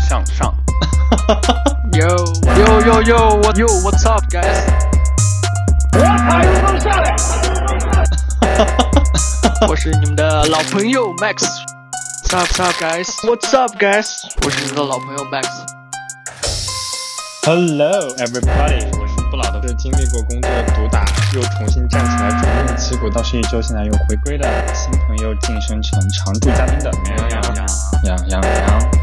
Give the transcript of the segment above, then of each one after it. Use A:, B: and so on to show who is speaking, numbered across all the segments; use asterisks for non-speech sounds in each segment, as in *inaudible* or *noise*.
A: 向上。
B: Yo yo yo yo what yo what's up guys？
C: 我
B: *laughs*
C: 踩油门下来。
B: 我是你们的老朋友 Max。What's up, what's up guys? What's up guys？我是你们的老朋友 Max。
D: Hello everybody，我是不老的，是经历过工作毒打又重新站起来重振旗鼓，到是一周现在又回归的新朋友晋升成常驻嘉宾的
A: 羊羊羊，
D: 羊羊羊。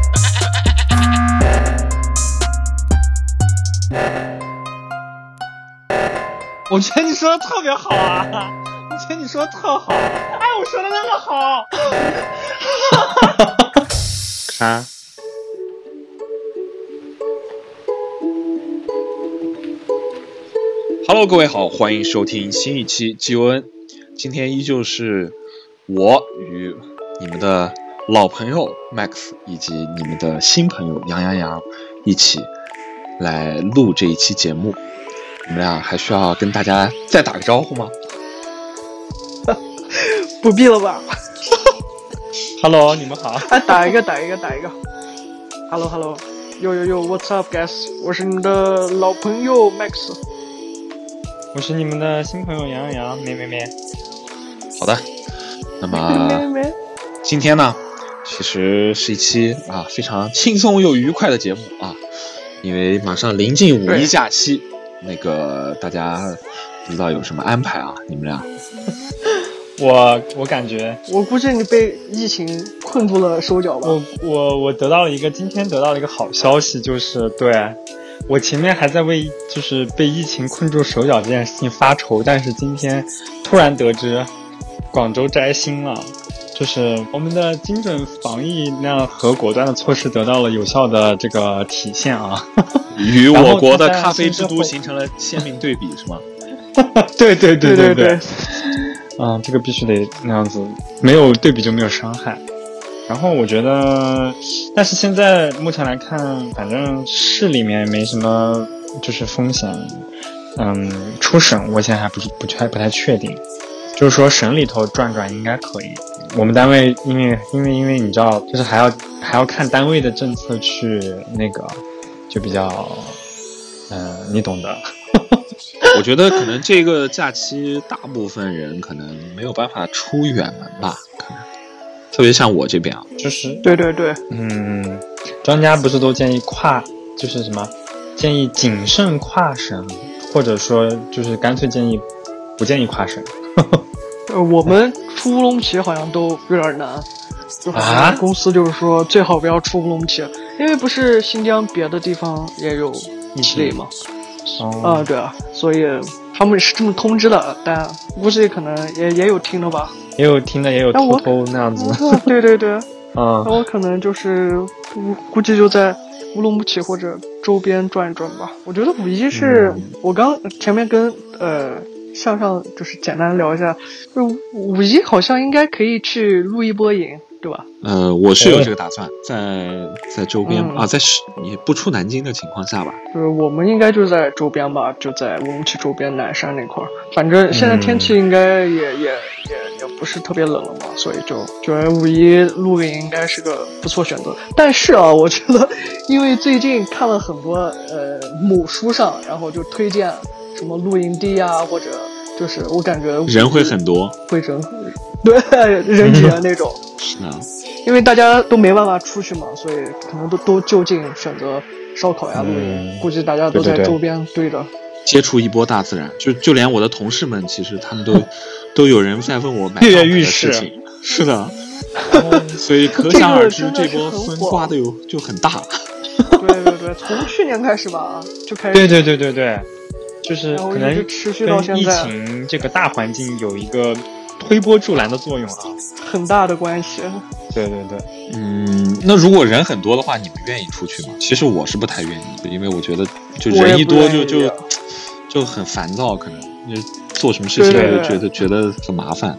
D: 我觉得你说的特别好啊，我觉得你说的特好，哎，我说的那么好，啥？
A: Hello，各位好，欢迎收听新一期 G O N。今天依旧是我与你们的老朋友 Max 以及你们的新朋友杨洋洋一起来录这一期节目。你们俩还需要跟大家再打个招呼吗？
B: 不必了 *laughs* 吧？
D: Hello，你们好。
B: 哎，打一个，打一个，打一个。Hello Hello。Yo yo yo what's up guys？我是你们的老朋友 Max。
D: 我是你们的新朋友杨洋，咩咩咩。
A: 好 *laughs* 的，那
B: 啊
A: 么
B: 没
A: 今天呢，其实是一期啊非常轻松又愉快的节目啊，因为马上临近五一
B: 对
A: 假期，那个大家不知道有什么安排啊？你们俩？
D: 我我感觉
B: 我估计你被疫情困住了手脚吧？
D: 我我我得到了一个今天得到了一个好消息，就是对我前面还在为就是被疫情困住手脚这件事情发愁，但是今天突然得知广州摘星了，就是我们的精准防疫量和果断的措施得到了有效的这个体现啊！
A: 与
D: 然后
A: 我国的
D: 第三
A: 咖啡
D: 是
A: 之都
D: 后
A: 形成了鲜明对比，是吗？
D: 对对
B: 对
D: 对
B: 对，
D: 啊、这个必须得那样子，没有对比就没有伤害。然后我觉得，但是现在目前来看，反正市里面没什么就是风险。嗯，出省我现在还不是不确不太确定，就是说省里头转转应该可以。我们单位因为因为因为你知道，就是还要还要看单位的政策去那个，就比较，嗯、你懂的。
A: 我觉得可能这个假期大部分人可能没有办法出远门吧，可能特别像我这边啊，
D: 就是
B: 对对对，
D: 嗯，专家不是都建议跨，就是什么，建议谨慎跨省，或者说就是干脆建议不建议跨省
B: 呃，我们出乌鲁木齐好像都有点难，就好像
D: 啊
B: 公司就是说最好不要出乌鲁木齐，因为不是新疆别的地方也有
D: 起
B: 一类嘛，啊、
D: 哦，
B: 对啊，所以他们是这么通知的，但估计可能也也有听的吧。
D: 也有听的，也有
B: 那我
D: 偷偷那样子，
B: 啊 *laughs* 对对对，
D: 啊
B: 那我可能就是估估计就在乌鲁木齐或者周边转一转吧。我觉得五一是、我刚前面跟呃向上就是简单聊一下，就五一好像应该可以去露一波营，对吧？
A: 呃，我是有这个打算，在在周边、
B: 哦嗯
A: 啊，在市也不出南京的情况下吧，
B: 就是我们应该就在周边吧，就在乌鲁木齐周边南山那块儿。反正现在天气
A: 嗯
B: 应该也、也也也不是特别冷了嘛，所以就觉得五一露营应该是个不错选择。但是啊，我觉得因为最近看了很多呃某书上，然后就推荐什么露营地啊，或者就是我感觉
A: 人会很多，
B: 会人对 *laughs* 人挤人那种。
A: 是的，
B: 因为大家都没办法出去嘛，所以可能都都就近选择烧烤呀、露营，
D: 嗯
B: 估计大家都
D: 对对
B: 在
D: 对
B: 周边堆着。
A: 接触一波大自然，就就连我的同事们，其实他
B: *laughs*
A: 们都都有人在问我买
D: 跃跃
A: 帐篷
D: 欲
A: 的事
D: 试
A: 情，是的，所以可想而知
B: 这个真的
A: 这
B: 是
A: 波
B: 很
A: 风
B: 火
A: 刮的有就很大，
B: 对对对，从去年开始吧，就开始
D: *laughs* 对对对对对，就是
B: 然后
D: 可
B: 一直
D: 能
B: 持续到
D: 跟
B: 现
D: 疫
B: 在，
D: 情这个大环境有一个推波助澜的作用啊，
B: 很大的关系。
D: 对对
B: *laughs*
D: 对，
A: 嗯，那如果人很多的话，你们愿意出去吗？其实我是不太愿意，因为我觉得就
B: 我也
A: 人一
B: 不
A: 多
B: 愿
A: 就
B: 意
A: 就
B: 啊
A: 就很烦躁，可能就做什么事情
B: 对对嗯对
A: 就觉得觉得很麻烦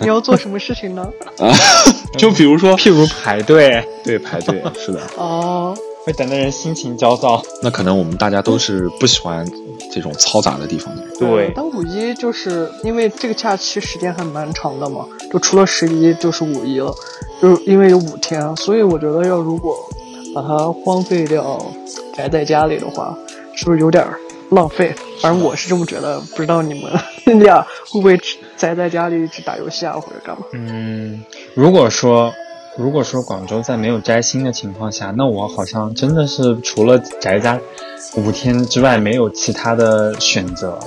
B: 你要做什么事情
D: *laughs*
B: 呢？
A: 啊。就比如说，
D: 譬如排队
A: 对排 *laughs* 队是的，
B: 哦，
D: 会等的人心情焦躁，
A: 那可能我们大家都是不喜欢这种嘈杂的地方的人。
D: 对
B: 但嗯五一就是因为这个假期时间还蛮长的嘛，就除了十一就是五一了，就是因为有五天，所以我觉得要如果把它荒废掉，宅在家里的话，是不是有点儿浪费？反正我是这么觉得，不知道你们 *laughs* 你俩会不会只宅在家里只打游戏啊或者干嘛？
D: 嗯，如果说如果说广州在没有摘星的情况下，那我好像真的是除了宅家五天之外没有其他的选择，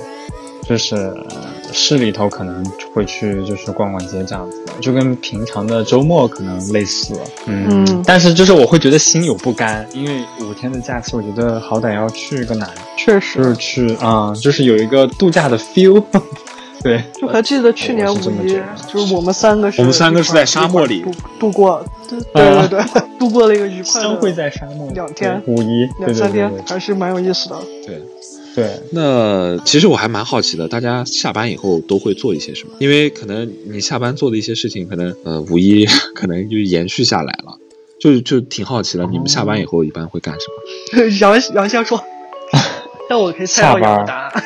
D: 就是呃市里头可能会去就是逛逛街这样子，就跟平常的周末可能类似。嗯，
B: 嗯
D: 但是就是我会觉得心有不甘，因为五天的假期，我觉得好歹要去个哪儿，
B: 确
D: 就是
B: 实，
D: 去啊、就是有一个度假的 feel。对，
B: 就还记得去年
D: 我
B: 五
D: 是这么
B: 一
D: 觉得，
B: 就是我们三个是
A: 我们三个是在沙漠里
B: 一块儿度度过，对对对对，
D: 嗯
B: *laughs* 度过了一个愉快
D: 相会
B: 的
D: 在沙漠
B: 嗯两天
D: 五一
B: 两三天
D: 对对，对
B: 还是蛮有意思的。
A: 对，
D: 对对
A: 那其实我还蛮好奇的，大家下班以后都会做一些什么？因为可能你下班做的一些事情，可能呃五一 *laughs* 可能就延续下来了，就就挺好奇的，你们下班以后一般会干什么？
B: *laughs* 杨杨先说，但我可以猜到你的答案。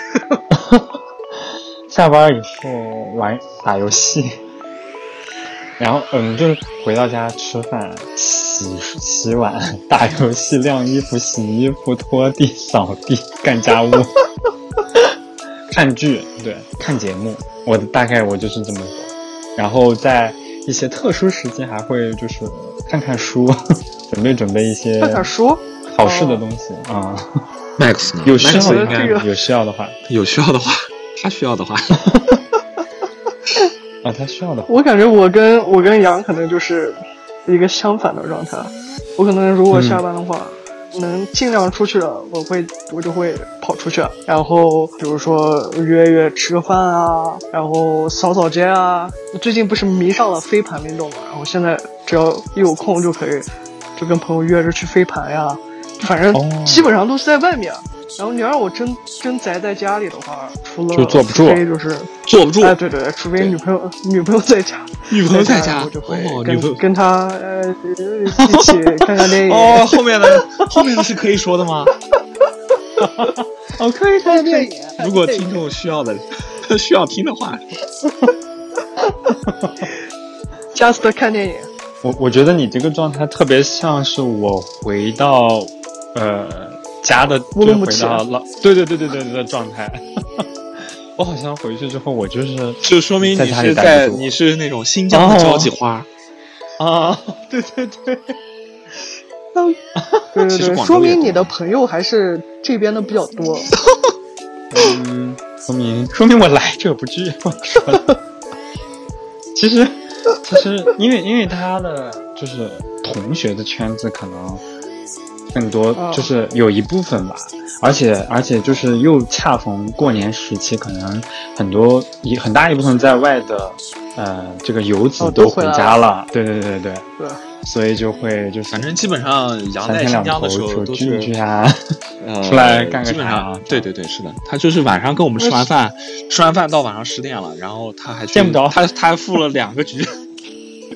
D: 下班以后玩打游戏，然后嗯，就是回到家吃饭、洗洗碗、打游戏、晾衣服、洗衣服、拖地、扫地、干家务、 *laughs* 看剧，对，看节目。我的大概我就是这么做，然后在一些特殊时期还会就是看看书， *laughs* 准备准备一些
B: 看看书，哦
D: 考试的东西啊、
A: Max 呢？ *laughs*
D: 有需
A: Max
D: 要
A: 应
D: 应
A: 该
D: 该啊有需要的话
A: 有需要的话，他需要的话，
D: 啊，他需要的话。
B: 我感觉我跟我跟杨可能就是一个相反的状态。我可能如果下班的话，
D: 嗯
B: 能尽量出去的，我会我就会跑出去，然后比如说约约吃个饭啊，然后扫扫街啊。最近不是迷上了飞盘运动嘛，然后现在只要一有空就可以，就跟朋友约着去飞盘呀，反
D: 哦
B: 正基本上都是在外面。然后你让我真真宅在家里的话，除了
D: 就坐不住
B: 非就是
A: 坐不住。
B: 哎，对对对，除非女朋友女朋友在家，
A: 女朋友在家，
B: 我就会
A: 哦，女朋
B: 跟
A: 友。
B: 跟她呃一起看看电影。
A: *laughs* 哦，后面的后面的是可以说的吗？
B: 哦，可以看电影。
A: 如果听众需要的，需要听的话，
B: just 看电影，
D: 我我觉得你这个状态特别像是我回到呃家的，
B: 乌鲁
D: 就是
B: 木
D: 回
B: 齐
D: 到老，对对对对对对的状态。 *laughs* 我好像回去之后，我就是
A: 就说明
D: 在
A: 你
D: 家里
A: 是
D: 待
A: 在
D: 不住
A: 你是那种新
D: 哦
A: 疆的交际花。
D: 啊， *laughs* 对对
B: 对
D: 对，
B: 对
A: 其实
B: 对，
A: 广
B: 说
A: 州也
B: 明
A: 多
B: 你的朋友还是这边的比较
A: *laughs*
B: 多。
D: 嗯，说明说明我来者不拒。 *laughs* 我说的其实其实因为因为他的就是同学的圈子可能更多
B: 哦，
D: 就是有一部分吧，而且而且就是又恰逢过年时期，可能很多一很大一部分在外的呃这个游子
B: 哦都
D: 回
B: 回来
D: 家了，对对对对，
B: 对，
D: 所以就会就是
A: 反正基本上杨
D: 三
A: 在
D: 天
A: 新
D: 两
A: 疆
D: 头
A: 的时候
D: 就
A: 都
D: 聚
A: 是
D: 一聚啊， *laughs*
A: 呃
D: 出来干个
A: 基本上
D: 啥
A: 对对对，是的，他就是晚上跟我们吃完饭，吃完饭到晚上十点了，然后他还去
D: 见不着
A: 他他还付了两
D: *laughs*
A: 个局，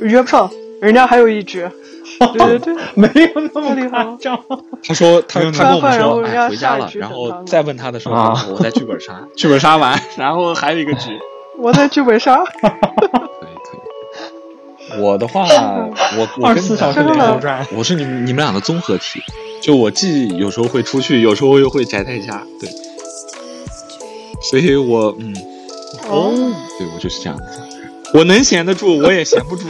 B: 约不上，人家还有一
A: *laughs*
B: 局。对对对，
D: 没有那
B: 太厉
D: 么
B: 害
D: 夸
B: 了 *laughs*
D: 张。
A: 他说他
D: 没有
A: 他跟我们
B: 吃完饭然后
A: 说
B: 人
A: 哎
B: 家
A: 回家
B: 下一
A: 了，
B: 局
A: 然
B: 等他
A: 后
B: 们
A: 再问他的时候，
D: 啊
A: 我在剧本杀，剧本杀完，然后还有一个局，
B: 我在剧本杀，
D: 啊
A: 可以可以。我的话，我我
D: 二
A: 跟
D: 十四
A: 你
D: 小
A: 俩
D: 时
B: 真
D: 连
B: 的
D: 轴转。
A: 我是你们你们俩的综合体，就我既有时候会出去，有时候又会宅在家，对，所以我嗯，
B: 哦，
A: 对我就是这样子，我能闲得住，我也闲不 *laughs* 住，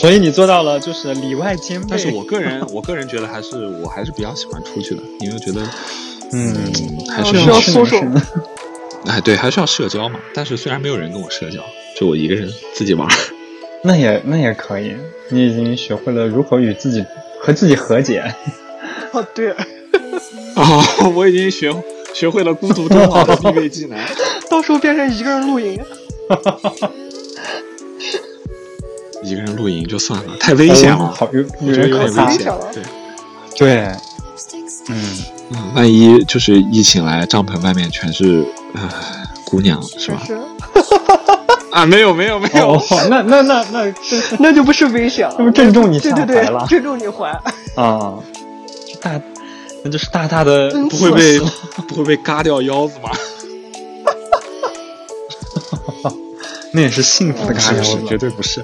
D: 所以你做到了，就是里外兼备。
A: 但是我个人我个人觉得还是我还是比较喜欢出去的，因为觉得
D: 嗯，
A: 还
B: 我
A: 哦是
B: 需
A: 要
B: 要
D: 是
B: 搜索，
D: 是
A: 哎对，还是要社交嘛。但是虽然没有人跟我社交，就我一个人自己玩儿，
D: 那也那也可以，你已经学会了如何与自己和自己和解。
B: 哦对，
A: *laughs* 哦，我已经学学会了孤独终老的必备技能。
B: 到时候变成一个人露营，
A: *laughs* 一个人露营就算了，太危险
D: 哦
A: 了，
D: 好有
A: 我
D: 有
A: 觉得
D: 人
A: 有
D: 可
A: 点
D: 怕
A: 危
B: 太。
A: 险
B: 小了。
A: 对，
D: 对，嗯，
B: *laughs*
A: 嗯，万一就是一醒来，帐篷外面全是呃姑娘，是
B: 就
A: 吧？
B: 是，
A: 啊，没有没有没有，
D: 哦，那那那那真是
B: 那就不是危险了，
D: 那不正中你
B: 对
D: 下
B: 对
D: 怀了
B: 对，正中你怀。
D: 啊！就大，那就是大大的
B: 嗯
A: 不会被不会被嘎掉腰子吧？
D: *laughs* 那也是幸福的
A: 不
D: 嘎
A: 是，
D: 腰
A: 不是，
D: 子。
A: 绝对不是。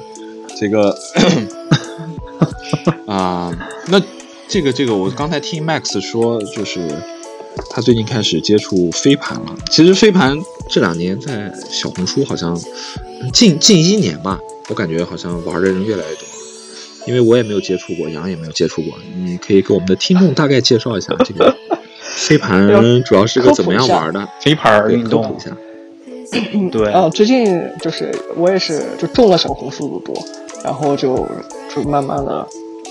A: 这个 *coughs* 啊、那这个这个，我刚才听 Max 说，就是他最近开始接触飞盘了。其实飞盘这两年在小红书好像近近一年吧，我感觉好像玩的人越来越多了。因为我也没有接触过，杨也没有接触过，你可以给我们的听众大概介绍一下这个飞盘主要是个怎么样玩的？
D: 飞盘
A: 对，
D: 运
A: 科普
D: 动
A: 一，下。
D: 对，
B: 啊，最近就是我也是就中了小红书的多，然后就就慢慢的，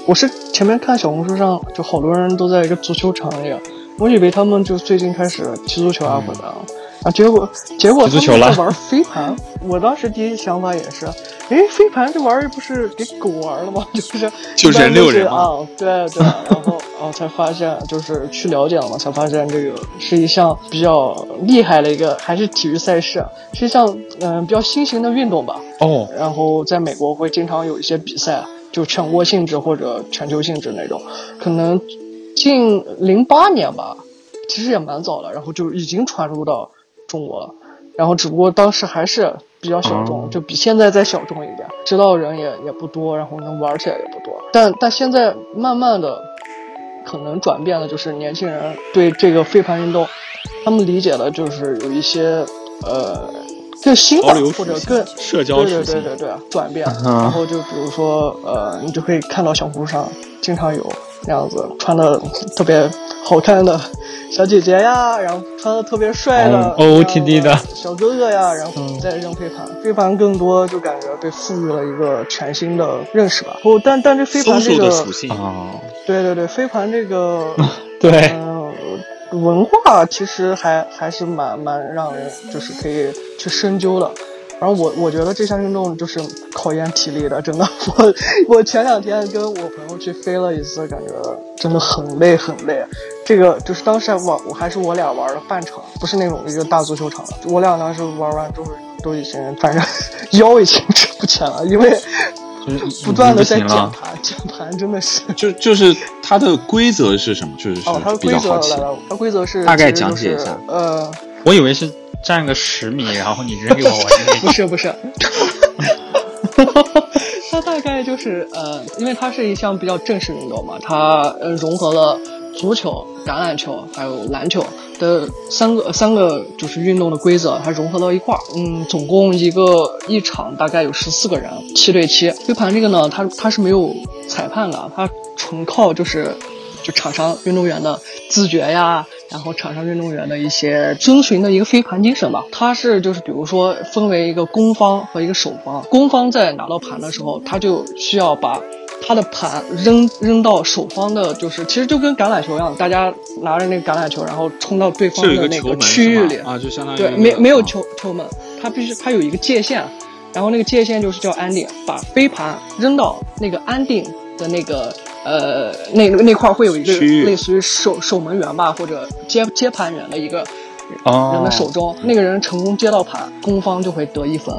B: 我是前面看小红书上就好多人都在一个足球场里，啊我以为他们就最近开始踢足球啊或者啊，啊结果结果
D: 嗯踢
B: 他
D: 足球
B: 们
D: 了
B: 在玩飞盘，我当时第一想法也是，诶，哎飞盘这玩意儿不是给狗玩了吗？ *laughs* 就是
D: 就
B: 一般
D: 人
B: 都
D: 遛
B: 是
D: 人嘛
B: 啊，对对，然后然后才发现就是去了解了嘛，才发现这个是一项比较厉害的一个，还是体育赛事，啊是一项嗯、比较新型的运动吧。
D: 哦，
B: 然后在美国会经常有一些比赛，就全国性质或者全球性质那种，可能近零八年吧，其实也蛮早了，然后就已经传入到中国了，然后只不过当时还是比较小众，
D: 哦
B: 就比现在再小众一点，知道的人也也不多，然后能玩起来也不多，但但现在慢慢的可能转变的就是年轻人对这个飞盘运动，他们理解的就是有一些呃更新
A: 潮
B: 的
A: 流
B: 或
A: 属
B: 者
A: 性
B: 更
D: 社交
B: 对
D: 属
B: 对对
D: 性，
B: 对对，转变。
D: 嗯
B: 然后就比如说，呃，你就可以看到小红书上经常有那样子穿的特别好看的小姐姐呀，然后穿的特别帅的呃
D: 嗯 OOTD 的
B: 小哥哥呀，然后再扔飞盘。飞盘更多就感觉被赋予了一个全新的认识吧。不，但但这飞盘这
A: social
B: 个
A: 的，属性，
D: 哦，
B: 对对对，飞盘这个
D: 对，
B: 嗯，文化其实还还是蛮蛮让人就是可以去深究的。然后我我觉得这项运动就是考验体力的，真的。我我前两天跟我朋友去飞了一次，感觉真的很累很累。这个就是当时还玩，我还是我俩玩了半场，不是那种一个大足球场的。我俩当时玩完之后都已经，反正 *laughs* 腰已经直不前了，因为 *laughs*
D: 就是
B: 不断的在
D: 已经
B: 键
D: 不行了，
B: 盘，键盘真的是。
A: 就就是它的规则是什么？就是
B: 哦，它的
A: 比
B: 规
A: 较
B: 则
A: 好奇
B: 来。了，它规则是
A: 大概
B: 其实就
A: 讲解一
B: 是
A: 下 *laughs*
B: 呃，
D: 我以为是站个十 *laughs* 米，然后你扔给我，我扔给你
B: 不是不
A: *laughs*
B: 是，它大概就是呃，因为它是一项比较正式运动嘛，它呃融合了足球、橄榄球还有篮球的三个三个就是运动的规则，它融合到一块儿。嗯，总共一个一场大概有十四个人，七对七。飞盘这个呢，它它是没有裁判的，啊它纯靠就是就场上运动员的自觉呀，然后场上运动员的一些遵循的一个飞盘精神吧。它是就是比如说分为一个攻方和一个守方，攻方在拿到盘的时候，他就需要把。他的盘扔扔到守方的，就是其实就跟橄榄球一样，大家拿着那个橄榄球，然后冲到对方
A: 是有
B: 的
A: 一个
B: 那
A: 球
B: 个
A: 门
B: 区域
A: 是
B: 里
A: 吧？啊，就相当于
B: 对，
A: 一个
B: 没没有
A: 啊
B: 球球门，它必须它有一个界限，然后那个界限就是叫安定，把飞盘扔到那个安定的那个呃那那块儿会有一个
A: 区域
B: 类似于守守门员吧，或者接接盘员的一个
D: *laughs* 哦
B: 人的手中，那个人成功接到盘，攻方就会得一分。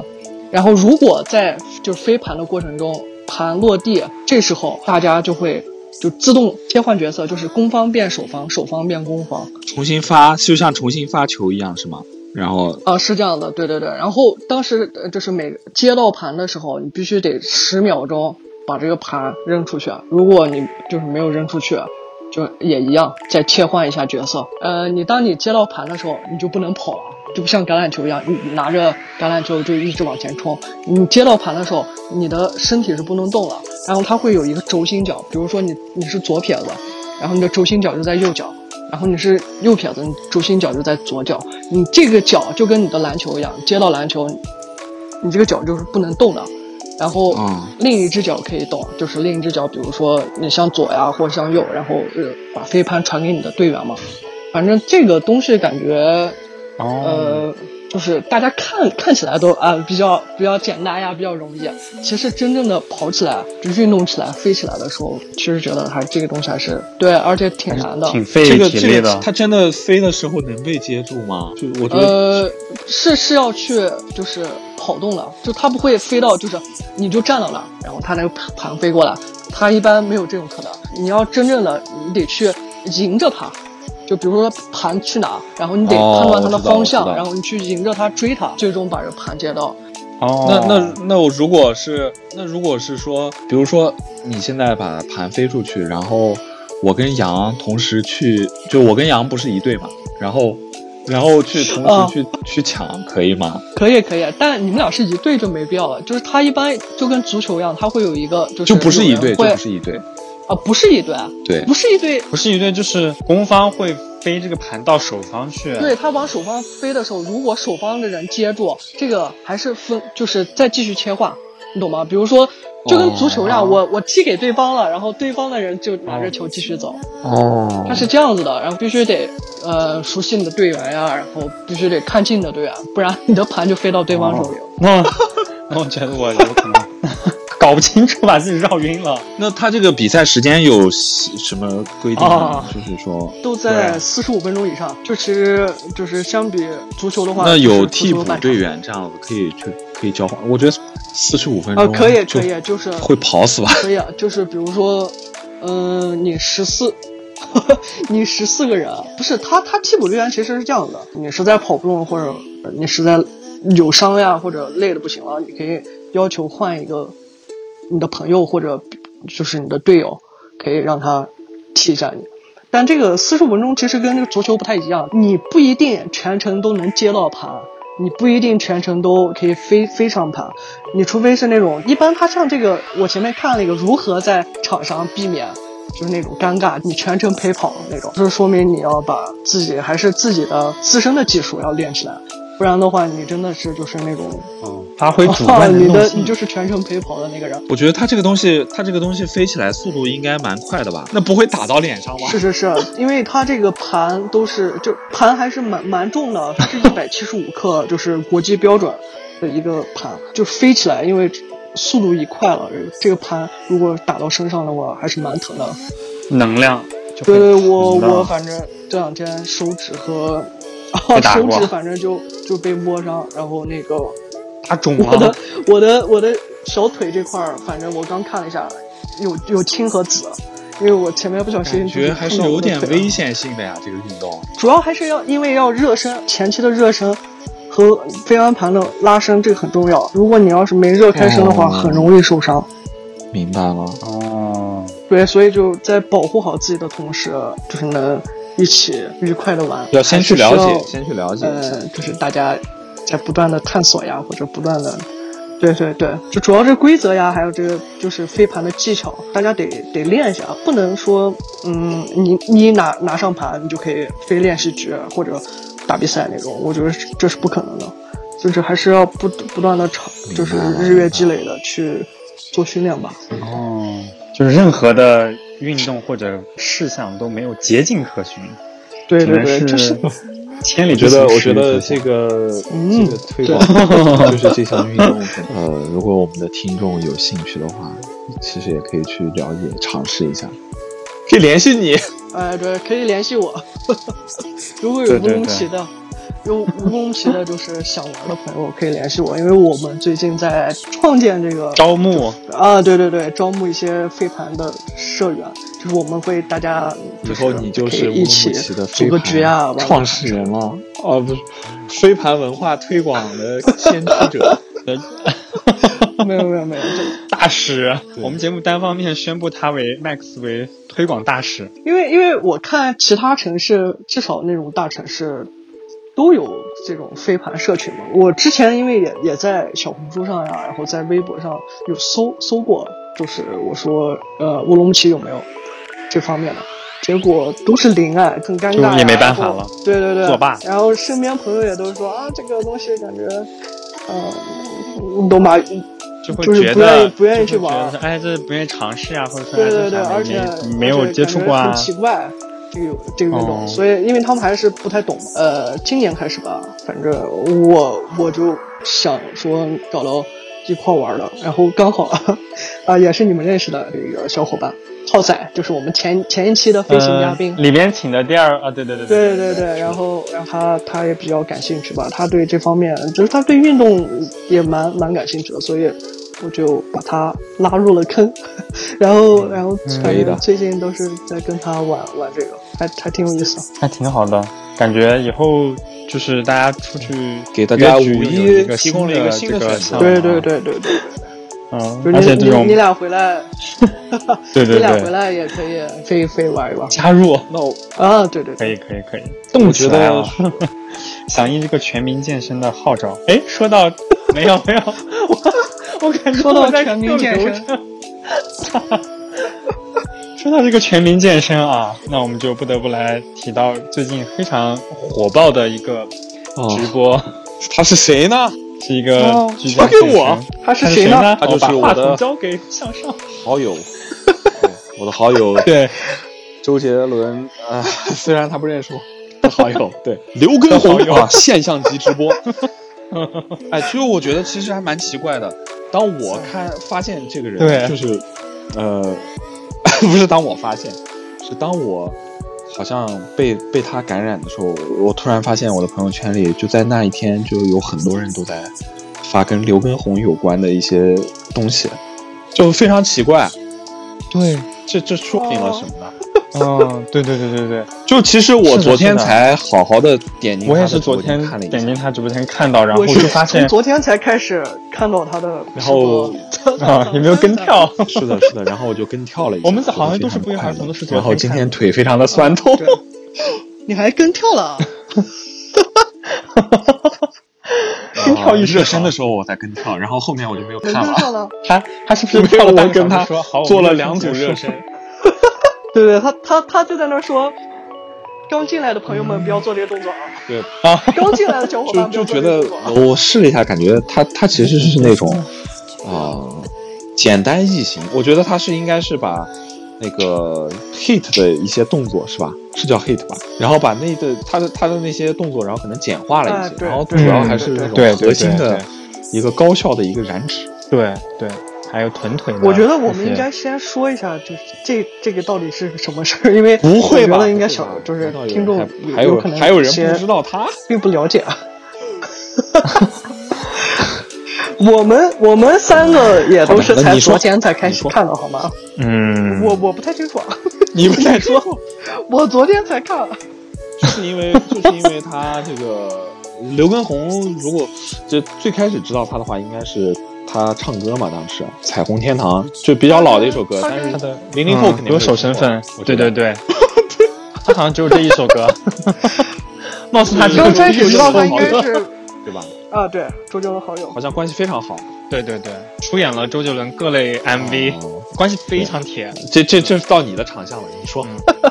B: 然后如果在就是飞盘的过程中，盘落地，这时候大家就会就自动切换角色，就是攻方变守方，守方变攻方。
A: 重新发，就像重新发球一样，是吗？然后
B: 啊，是这样的，对对对。然后当时呃就是每接到盘的时候，你必须得十秒钟把这个盘扔出去。啊如果你就是没有扔出去，啊就也一样，再切换一下角色。呃，你当你接到盘的时候，你就不能跑了，就不像橄榄球一样，你你拿着橄榄球就一直往前冲。你接到盘的时候，你的身体是不能动了，然后它会有一个轴心脚，比如说你你是左撇子，然后你的轴心脚就在右脚，然后你是右撇子，你轴心脚就在左脚，你这个脚就跟你的篮球一样，接到篮球，你这个脚就是不能动的，然后
A: 嗯
B: 另一只脚可以动，就是另一只脚，比如说你向左呀或向右，然后呃把飞盘传给你的队员嘛，反正这个东西感觉
D: 哦，
B: 呃，就是大家看看起来都啊、比较比较简单呀，比较容易。其实真正的跑起来、就运动起来、飞起来的时候，其实觉得还这个东西还是对，而且挺难的。
D: 挺费
A: 这个
D: 体
A: 这
D: 力
A: 个
D: 的，，
A: 它真的飞的时候能被接住吗？就我觉得
B: 呃，是是要去就是跑动的，就它不会飞到就是你就站到那儿，然后它那个盘飞过来，它一般没有这种可能。你要真正的，你得去迎着它，就比如说盘去哪，然后你得
A: 哦
B: 判断它的
A: 我知道
B: 方向，
A: 我知道
B: 然后你去迎着它追它，最终把这个盘接到。
D: 哦，
A: 那那那我如果是那如果是说，比如说你现在把盘飞出去，然后我跟杨同时去，就我跟杨不是一队嘛，然后然后去同
B: 哦
A: 时去、去抢，可以吗？
B: 可以可以，但你们俩是一队就没必要了。就是他一般就跟足球一样，他会有一个就是
A: 就不是一队，
B: 有人
A: 就
B: 会
A: 不是一队，
B: 啊，不是一队啊，
A: 对
B: 不是一队。
D: 不是一队，就是攻方会飞这个盘到守方去。
B: 对他往守方飞的时候，如果守方的人接住，这个还是分，就是再继续切换，你懂吗？比如说，就跟足球一样，
A: 哦
B: 我我踢给对方了，然后对方的人就拿着球继续走，
A: 哦
B: 他是这样子的。然后必须得呃熟悉你的队员呀、然后必须得看近你的队员，不然你的盘就飞到对方手里了。
D: 那 *laughs* 那我觉得我有可能 *laughs* 搞不清楚，把自己绕晕了。
A: 那他这个比赛时间有什么规定
D: 哦
A: 吗？就是说，
B: 都在
D: 对
B: 四十五分钟以上，就其实就是相比足球的话，
A: 那有
B: 就是足
A: 替
B: 球
A: 补
B: 半场
A: 队员这样子可以去可以交换，我觉得四十五分
B: 啊，
A: 钟
B: 可以
A: 就
B: 可以，就是
A: 会跑死吧？
B: 可以啊，就是比如说，嗯、你十四， *laughs* 你十四个人，不是他他替补队员其实是这样的，你实在跑不动或者你实在有伤呀或者累的不行了，你可以要求换一个你的朋友或者就是你的队友，可以让他替一下你。但这个四十五分钟其实跟这个足球不太一样，你不一定全程都能接到盘，你不一定全程都可以飞飞上盘，你除非是那种一般，他像这个我前面看了一个如何在场上避免。就是那种尴尬，你全程陪跑的那种，就是说明你要把自己还是自己的自身的技术要练起来，不然的话，你真的是就是那种，啊
D: 发挥
B: *laughs*
D: 主观
B: 哦你
D: 能动
B: 的
D: 性
B: 你就是全程陪跑的那个人。
A: 我觉得他这个东西，他这个东西飞起来速度应该蛮快的吧？那不会打到脸上吗？
B: 是是是，因为它这个盘都是就盘还是蛮蛮重的，它是一百七十五克，就是国际标准的一个盘，就飞起来，因为速度已快了，这个盘如果打到身上的话，还是蛮疼的。
D: 能量就
B: 对
D: 会
B: 对，我
D: 疼的
B: 我反正这两天手指和。*laughs*
D: 被
B: 啊，
D: 打
B: 手
D: 过
B: 指反正就就被摸伤，然后那个
D: 打肿
B: 我的
D: 了。
B: 我的我的小腿这块儿，反正我刚看了一下，有有青和紫，因为我前面不小心
A: 感觉还是
B: 碰到
A: 有
B: 我的
A: 点
B: 腿了
A: 危险性的呀，这个运动。
B: 主要还是要因为要热身，前期的热身和飞安盘的拉伸这个很重要。如果你要是没热开身的话，
A: 哦
B: 很容易受伤。
A: 明白了，
D: 哦，
B: 对，所以就在保护好自己的同时，就是能一起愉快的玩。
A: 要先去了
B: 还是需
A: 解，
B: 要
A: 先去了解一下。
B: 呃，就是大家在不断的探索呀，或者不断的，对对对，就主要是规则呀，还有这个就是飞盘的技巧，大家得得练一下，不能说，嗯，你你拿拿上盘，你就可以飞练习局或者打比赛那种，我觉得是这是不可能的，就是还是要不不断的尝，就是
A: 明白了
B: 日月积累的去做训练吧。
D: 哦，就是任何的运动或者事项都没有捷径可循，
B: 对
D: 只
B: 对
D: 能
B: 对，这是
D: 是 *laughs* 千里
A: 我
D: 不
A: 觉
D: 行
A: 得，
D: 始
A: 我觉
D: 于足
A: 得
D: 下
A: 这个
B: 嗯
A: 这个推 *laughs* 广就是这项运动。呃，如果我们的听众有兴趣的话，其实也可以去了解、尝试一下。可以联系你，
B: 呃，对，可以联系我。如果有乌
D: 对对
B: 鲁木
D: 对
B: 齐的，有乌鲁木齐的，就是想玩的朋友可以联系我，因为我们最近在创建这个
D: 招募
B: 啊，对对对，招募一些飞盘的社员，就是我们会大家
A: 以
B: 是
A: 后你就
B: 可
A: 是
B: 以
A: 乌鲁
B: 一
A: 木
B: 起
A: 齐的
B: 组
A: 飞
B: 个局啊，
A: 盘
B: 玩
A: 创始人了。
D: 啊
A: 哦，不是，飞盘文化推广的先驱者。
B: *laughs* 玩。没有没有没有，就
D: 呃大使，
A: 对
D: 我们节目单方面宣布他为 Max 为推广大使。
B: 因为因为我看其他城市，至少那种大城市。都有这种飞盘社群嘛？我之前因为也也在小红书上呀、然后在微博上有搜搜过，就是我说呃乌鲁木齐有没有这方面的，结果都是零哎，很尴尬、呀
D: 就嗯也没办法了。
B: 然后对对对，
D: 作罢
B: 然后身边朋友也都说啊，这个东西感觉，呃，你懂吧？
D: 就会
B: 就是
D: 觉
B: 不愿意
D: 得
B: 不愿意去
D: 就会觉
B: 玩
D: 得哎，这不愿意尝试啊，或者说
B: 对
D: 哎
B: 对
D: 这
B: 对，
D: 啥
B: 而且
D: 没没有接触过
B: 而且感觉
D: 啊
B: 很，奇怪。这个这个运动，
D: 哦
B: 所以因为他们还是不太懂嘛。呃，今年开始吧，反正我我就想说找到一块玩的，然后刚好 *laughs* 啊、也是你们认识的这个小伙伴，浩仔，就是我们前前一期的飞行嘉宾。
D: 呃里边请的第二啊，对对对
B: 对
D: 对
B: 对对，然后然后他他也比较感兴趣吧，他对这方面就是他对运动也蛮蛮感兴趣的，所以我就把他拉入了坑， *laughs* 然后
D: 嗯
B: 然后
A: 可
B: 反
A: 以的
B: 正最近都是在跟他玩玩这个，还还挺有意思的。
D: 还挺好的，感觉以后就是大家出去
A: 给大家
D: 约局
A: 五
D: 有
A: 一
D: 一个
A: 提供了一个新的
D: 这个
A: 选
D: 项目
A: 择
B: 对
D: 啊
B: 对对对对，
D: 嗯
B: 就，
D: 而且
B: 你
D: 这种
B: 你你俩回来，
D: 对
B: 你
D: 对
B: 俩回
D: 对，
B: 来也可以飞一飞玩一玩
D: 加入
A: 那我
B: 啊！对对
D: 可
B: 对，
D: 以可以可以，动起来
A: 我
D: 了
A: 觉，
D: 响应这个全民健身的号召。哎，说到没有没有， *laughs* 我我感觉
B: 说到
D: 我在
B: 全民健身
D: Q 流程。说到这个全民健身啊，那我们就不得不来提到最近非常火爆的一个
A: 哦
D: 直播，
A: 他是谁呢？
D: 是一个
A: 哦
D: 居家
A: 传给
D: 健身
A: 我
B: 他是
D: *laughs* 他是
B: 谁呢？
D: 呢？
A: 他就是
D: 我把话
A: 我的
D: 筒交给向上。
A: 好 *laughs* 友，对我的好友
D: 对，
A: 周杰伦啊、 *laughs* 虽然他不认识我，他好友对刘畊
D: 好友
A: 宏啊，现象级直 *laughs* 播。哎，其实我觉得其实还蛮奇怪的。当我看发现这个
D: 对
A: 人，就是呃， *laughs* 不是当我发现，是当我好像被被他感染的时候，我突然发现我的朋友圈里就在那一天就有很多人都在发跟刘畊宏有关的一些东西，就非常奇怪。
D: 对，
A: 这这说明了什么呢？
D: 嗯，对对对对对，
A: 就其实我
D: 是的
A: 昨天
D: 是的
A: 才好好的点进，
D: 我也是昨天
A: 看了一
D: 点
A: *laughs* 下，
D: 进他直播间看到，然后
B: 我
D: 就是发现
B: 从昨天才开始看到他的
A: 然
B: 直播，
A: 后
B: *laughs*
D: 啊，有没有跟
A: *laughs*
D: 跳？
A: 是的，是的，然后我就跟跳了一下。
D: 我们好像都是
A: 我就
D: 不约
A: 非常
D: 而同都是昨天
A: 然后今
D: 看的
A: 天腿非常的酸痛，
B: 对，你还跟跳了啊？
A: *laughs*
D: 跟跳一
A: 啊热身的时候我在跟跳，然后后面我就没有
B: 能
A: *laughs* 看 *laughs*
B: 跟
A: 了。
B: 跳了？
D: 他他是不是
A: 没有
D: 跳了半
A: *laughs* 我跟
D: 个小时
A: 他
D: 说好，我们
A: 做
D: 热
A: 了
D: 身
A: 两组
D: 结束
A: 热身？
B: 对对，他他他就在那儿说，刚进来的朋友们不要做这些动作啊！
A: 对，
D: 啊，
B: 刚进来的小伙
A: 就
B: 伴不
A: *laughs* 就
B: 要做
A: 觉
B: 这些
A: 得
B: 动作啊！
A: 我试了一下，感觉它它其实是那种啊、简单易行。我觉得它是应该是把那个 hit 的一些动作是吧？是叫 hit 吧？然后把那个它的它的那些动作，然后可能简化了一
B: 哎
A: 些，
B: 对
A: 然后主要还是那
B: 嗯
A: 种核
D: 对
A: 心
D: 对
A: 的
D: 对
A: 一个高效的一个燃脂。
D: 对对，还有臀腿呢。
B: 我觉得我们
D: 这些
B: 应该先说一下，就是这这个到底是什么事儿，因为
A: 不会
B: 我
A: 吧
B: 觉得应该小，就是听众
A: 还有
B: 可能
A: 还有人
B: 些
A: 不知道它
B: 并不了解啊。我们我们三个也都是
A: 好的那
B: 才
A: 你说
B: 昨天才开
A: 你
B: 始
A: 说
B: 看的，好吗？
D: 嗯，
B: 我我不太清楚，啊，
A: *laughs* 你们在说，
B: 我昨天才看。
A: 就是因
D: *laughs*
A: 为就是因为他这个刘畊宏，如果就最开始知道他的话，应该是他唱歌嘛，当时《彩虹天堂》就比较老的一首歌，
B: 他
A: 但
B: 是
A: 是
D: 他的
A: 零零后
D: 嗯
A: 肯定
D: 歌
A: 会
D: 手身
A: 听过
D: 份
A: 我，
D: 对
A: 觉得
D: 对
A: *laughs*
D: 对，他好像只有这一首歌，貌似他只有
B: 刚开
D: 这
B: 始
D: 一
B: 知
D: 首
B: 道
D: 歌
B: 他
D: *laughs*
B: 应该是
A: 对吧？
B: 啊，对，周杰伦好友
A: 好。像关系非常好。
D: 对对对，出演了周杰伦各类 MV，、
A: 哦
D: 关系非常铁。
A: 这这这到你的长项了，你说
D: 嗯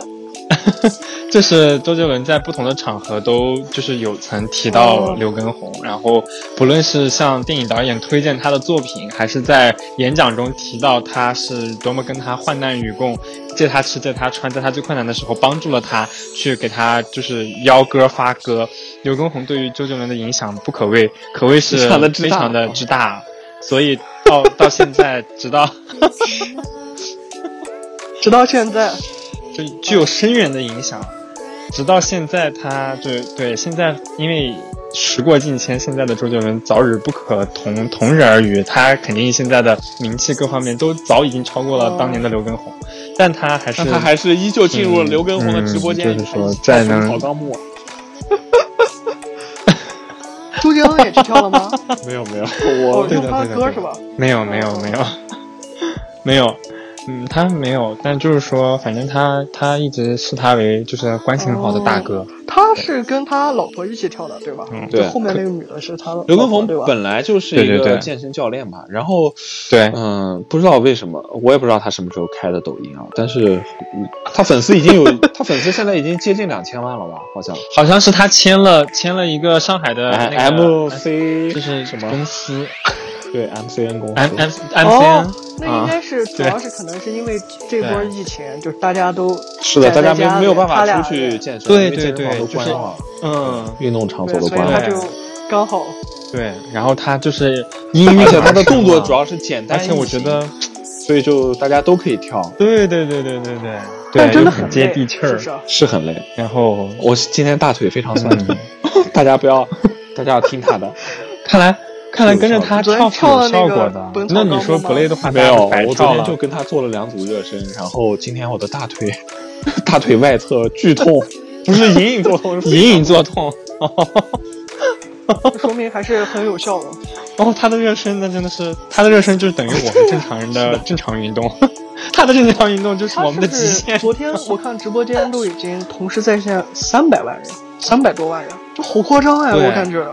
D: 这是周杰伦在不同的场合都就是有曾提
A: 哦
D: 到刘畊宏，然后不论是向电影导演推荐他的作品，还是在演讲中提到他是多么跟他患难与共，借他吃借他穿，在他最困难的时候帮助了他，去给他就是邀歌发歌。刘畊宏对于周杰伦的影响不可谓可谓是
A: 非常地之大
D: 非
A: 哦
D: 常的之大，所以到到现在直到。
B: 直到现在，
D: 就具有深远的影响。直到现在，他就对现在，因为时过境迁，现在的周杰伦早已不可同同日而语，他肯定现在的名气各方面都早已经超过了当年的刘畊宏，但他还是 *laughs*
A: 但他还是依旧进入了
D: 嗯
A: 刘畊宏的直播间，
D: 嗯就是说
A: 还
D: 再
A: 还是
D: 能
A: 草纲目
B: 周杰伦也去跳了
D: *laughs*
B: 吗？
A: 没有没有，
B: 哦，
D: 对
B: 用
D: 的
B: 他
D: 对的
B: 歌
D: 对的
B: 是吧？
D: 没有没有没有没有，嗯，他没有，但就是说，反正他他一直视他为就是关系很好的大
A: 哦
D: 哥，
B: 他是跟他老婆一起跳的，对吧？
D: 嗯
A: 对
B: 就后面那个女的是他老婆
A: 刘畊宏
B: 对吧？
A: 本来就是一
D: 对对
A: 个
D: 对
A: 健身教练嘛，然后
D: 对，
A: 嗯，不知道为什么，我也不知道他什么时候开的抖音啊，但是嗯他粉丝已经有，他粉丝现在已经接近两千万了吧？好像。
D: 好像是他签了签了一个上海的那个
A: MC
D: 就是
A: 哎什么
D: 公司
A: 对 MCN 公
D: 哎 M
A: 司
D: M M C
B: 哦
D: N。，
B: 那应
D: 啊
B: 该是主要是可能是因为这波疫情，就是大家都
A: 是的，
B: 宅
A: 大
B: 在
A: 家
B: 里
A: 没没有办
B: 他俩
A: 法出去健身，
D: 对
A: 因为
D: 对
A: 健身房
D: 对
A: 都
D: 就是
A: 关了，
D: 嗯，
A: 运动场
B: 对，
A: 所都
B: 所以
A: 关
B: 他
A: 了。
D: 对
B: 就刚好
D: 对，然后他就是音乐，
A: 而且
D: *laughs*
A: 他的动作主，要是简单
D: 而
A: 易
D: 且
A: 行，
D: 我觉得，
A: 所以就大家都可以跳，
D: 对对对对对对，
B: 但哦
D: 对，
B: 真的
D: 又
B: 很
D: 很
B: 累
D: 接地气
B: 是
D: 儿
B: 不是。啊？
A: 是很累。
D: 然 *laughs* 后，
A: 我今天大腿非常酸
D: 嗯，
A: 大家不要，大家要听他的。
D: 看来看来跟着他
B: 昨天
D: 跳是
B: 跳
D: 有
B: 了那个
D: 效果
B: 本草
D: 的。那你
B: 纲
D: 说
B: 目
D: 不累
B: 吗
D: 的话，
A: *laughs* 没有，
D: 白
A: 我昨
D: 跳
A: 天
D: 了
A: 就。跟他做了两组热身，然后今天我的大腿，大腿外侧剧痛，不是隐隐作痛，是非常
D: 隐隐作痛，
B: 说明还是很有效的。
D: *laughs* 哦，他的热身那真的是，他的热身就是等于我们正常人的正常
B: *laughs*
D: 运动，他的正常运动就是
B: 他
D: 我们的
B: 是
D: 极限。
B: 昨
D: *laughs*
B: 天我看直播间都已经同时在线三百万人，三百多万人，这好夸张呀！
D: 对
B: 我感觉。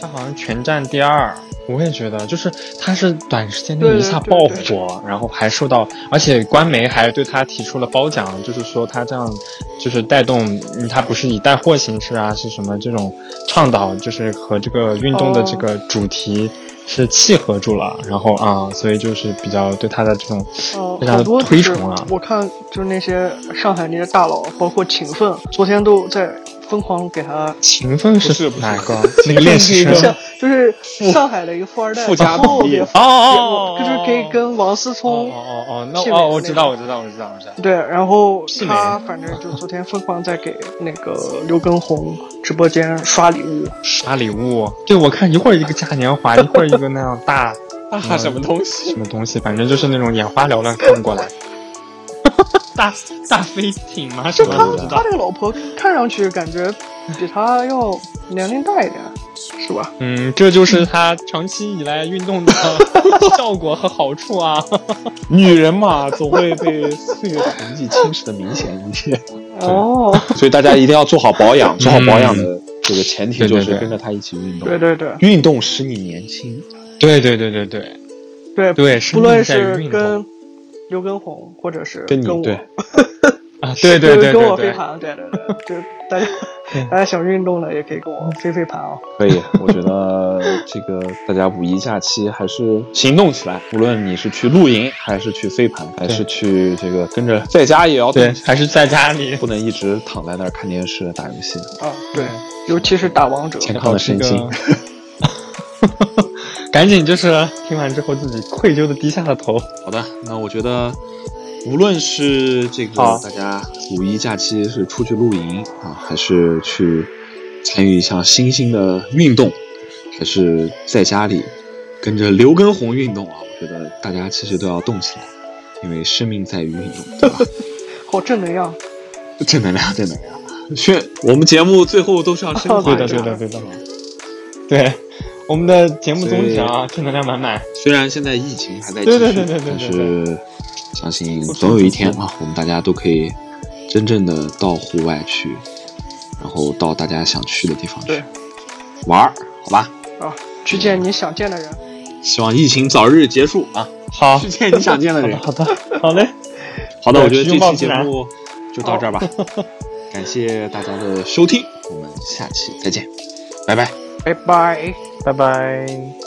D: 他好像全站第二，我也觉得，就是他是短时间内
B: 对
D: 一下
B: 对
D: 爆火，
B: 对
D: 然后还受到，而且官媒还对他提出了褒奖，就是说他这样，就是带动，嗯他不是以带货形式啊，是什么这种倡导，就是和这个运动的
B: 哦
D: 这个主题是契合住了，然后啊、所以就是比较对他的这种
B: 哦，
D: 非常
B: 好
D: 的
B: 多
D: 推
B: 就是
D: 崇啊。
B: 我看就是那些上海那些大佬，包括勤奋，昨天都在疯狂给他，
D: 勤奋
A: 不是不是
D: 哪个？那个练习
A: 勤奋是一
D: 生
A: 个。
B: 就是上海的一个富二代，
A: 富家子弟
B: 特别
D: 哦哦哦
B: 我就是可以跟王思
D: 哦
B: 聪
D: 哦哦，那
B: 媲美
D: 哦，我
B: 的
D: 知
B: 那
D: 道，
B: 种
D: 我知道，我知道，我知道。
B: 对，然后
D: 媲美
B: 他反正就昨天疯狂在给那个刘畊宏直播间刷礼物，
D: 刷礼物，对我看一会儿一个嘉年华，一会儿一个那样大
A: 啊，什么东西
D: 什？么东西，反正就是那种眼花缭乱看过来。 *laughs* 大大飞艇吗？什
B: 就
D: 么
B: 他
D: 我知
B: 他
D: 道。
B: 这个老婆看上去感觉比他要年龄大一点，是吧？
D: 嗯，这就是他长期以来运动的 *laughs* 效果和好处 *laughs* 啊。
A: 女人嘛，总会被岁月的痕迹侵蚀的明显一些， *laughs*
B: 哦，
A: 所以大家一定要做好保养，做好保养的这个前提就是跟着他一起运动。
B: 对对对
A: 运动使你年轻，
D: 对对对对对
B: 对
D: 对，是
B: 不论
D: 内在
B: 是
D: 运动
B: 跟刘畊宏，或者是
A: 跟
B: 跟
A: 你
B: 我， *laughs*
A: 对
D: 啊，对对
B: 跟
D: 对对
B: 我飞
D: 对，
B: 盘，对对对，就是大家大家想运动了也可以跟我飞飞盘啊。
A: 可以。我觉得这个大家五一假期还是行动起来，无论你是去露营，还是去飞盘，还是去这个跟着在家也要动
D: 对，还是在家里
A: *laughs* 不能一直躺在那儿看电视打游戏，
B: 啊，对，尤其是打王者，
A: 健康的身心。
D: *laughs*
B: *laughs*
D: 赶紧就是听完之后自己愧疚的低下了头。
A: 好的，那我觉得，无论是这个
D: 好
A: 大家五一假期是出去露营啊，还是去参与一项新兴的运动，还是在家里跟着刘畊宏运动啊，我觉得大家其实都要动起来，因为生命在于运动，对吧？ *laughs*
B: 好正能量。
A: 正能量，正能量。宣，我们节目最后都是要升华
B: 对
A: 一
B: 的
A: 下，
B: 对的
D: 对的对，我们的节目宗旨啊，正能量满满。
A: 虽然现在疫情还在继续，
D: 对对对对对
A: 但
D: 对对
A: 是相信总有一天啊，我们大家都可以真正的到户外去，然后到大家想去的地方去
B: 对
A: 玩儿，好吧？
B: 啊，去见你想见的人。
A: 希望疫情早日结束啊，
D: 好
A: 去，见你想见
D: *laughs*
A: 的人。
D: 好的，好嘞，
A: 好的，
D: 对
A: 我觉得这
D: 拥抱
A: 期
D: 自
A: 节
D: 然
A: 目就到这儿吧， *laughs* 感谢大家的收听，我们下期再见，拜拜。
B: 拜拜。
D: 拜拜。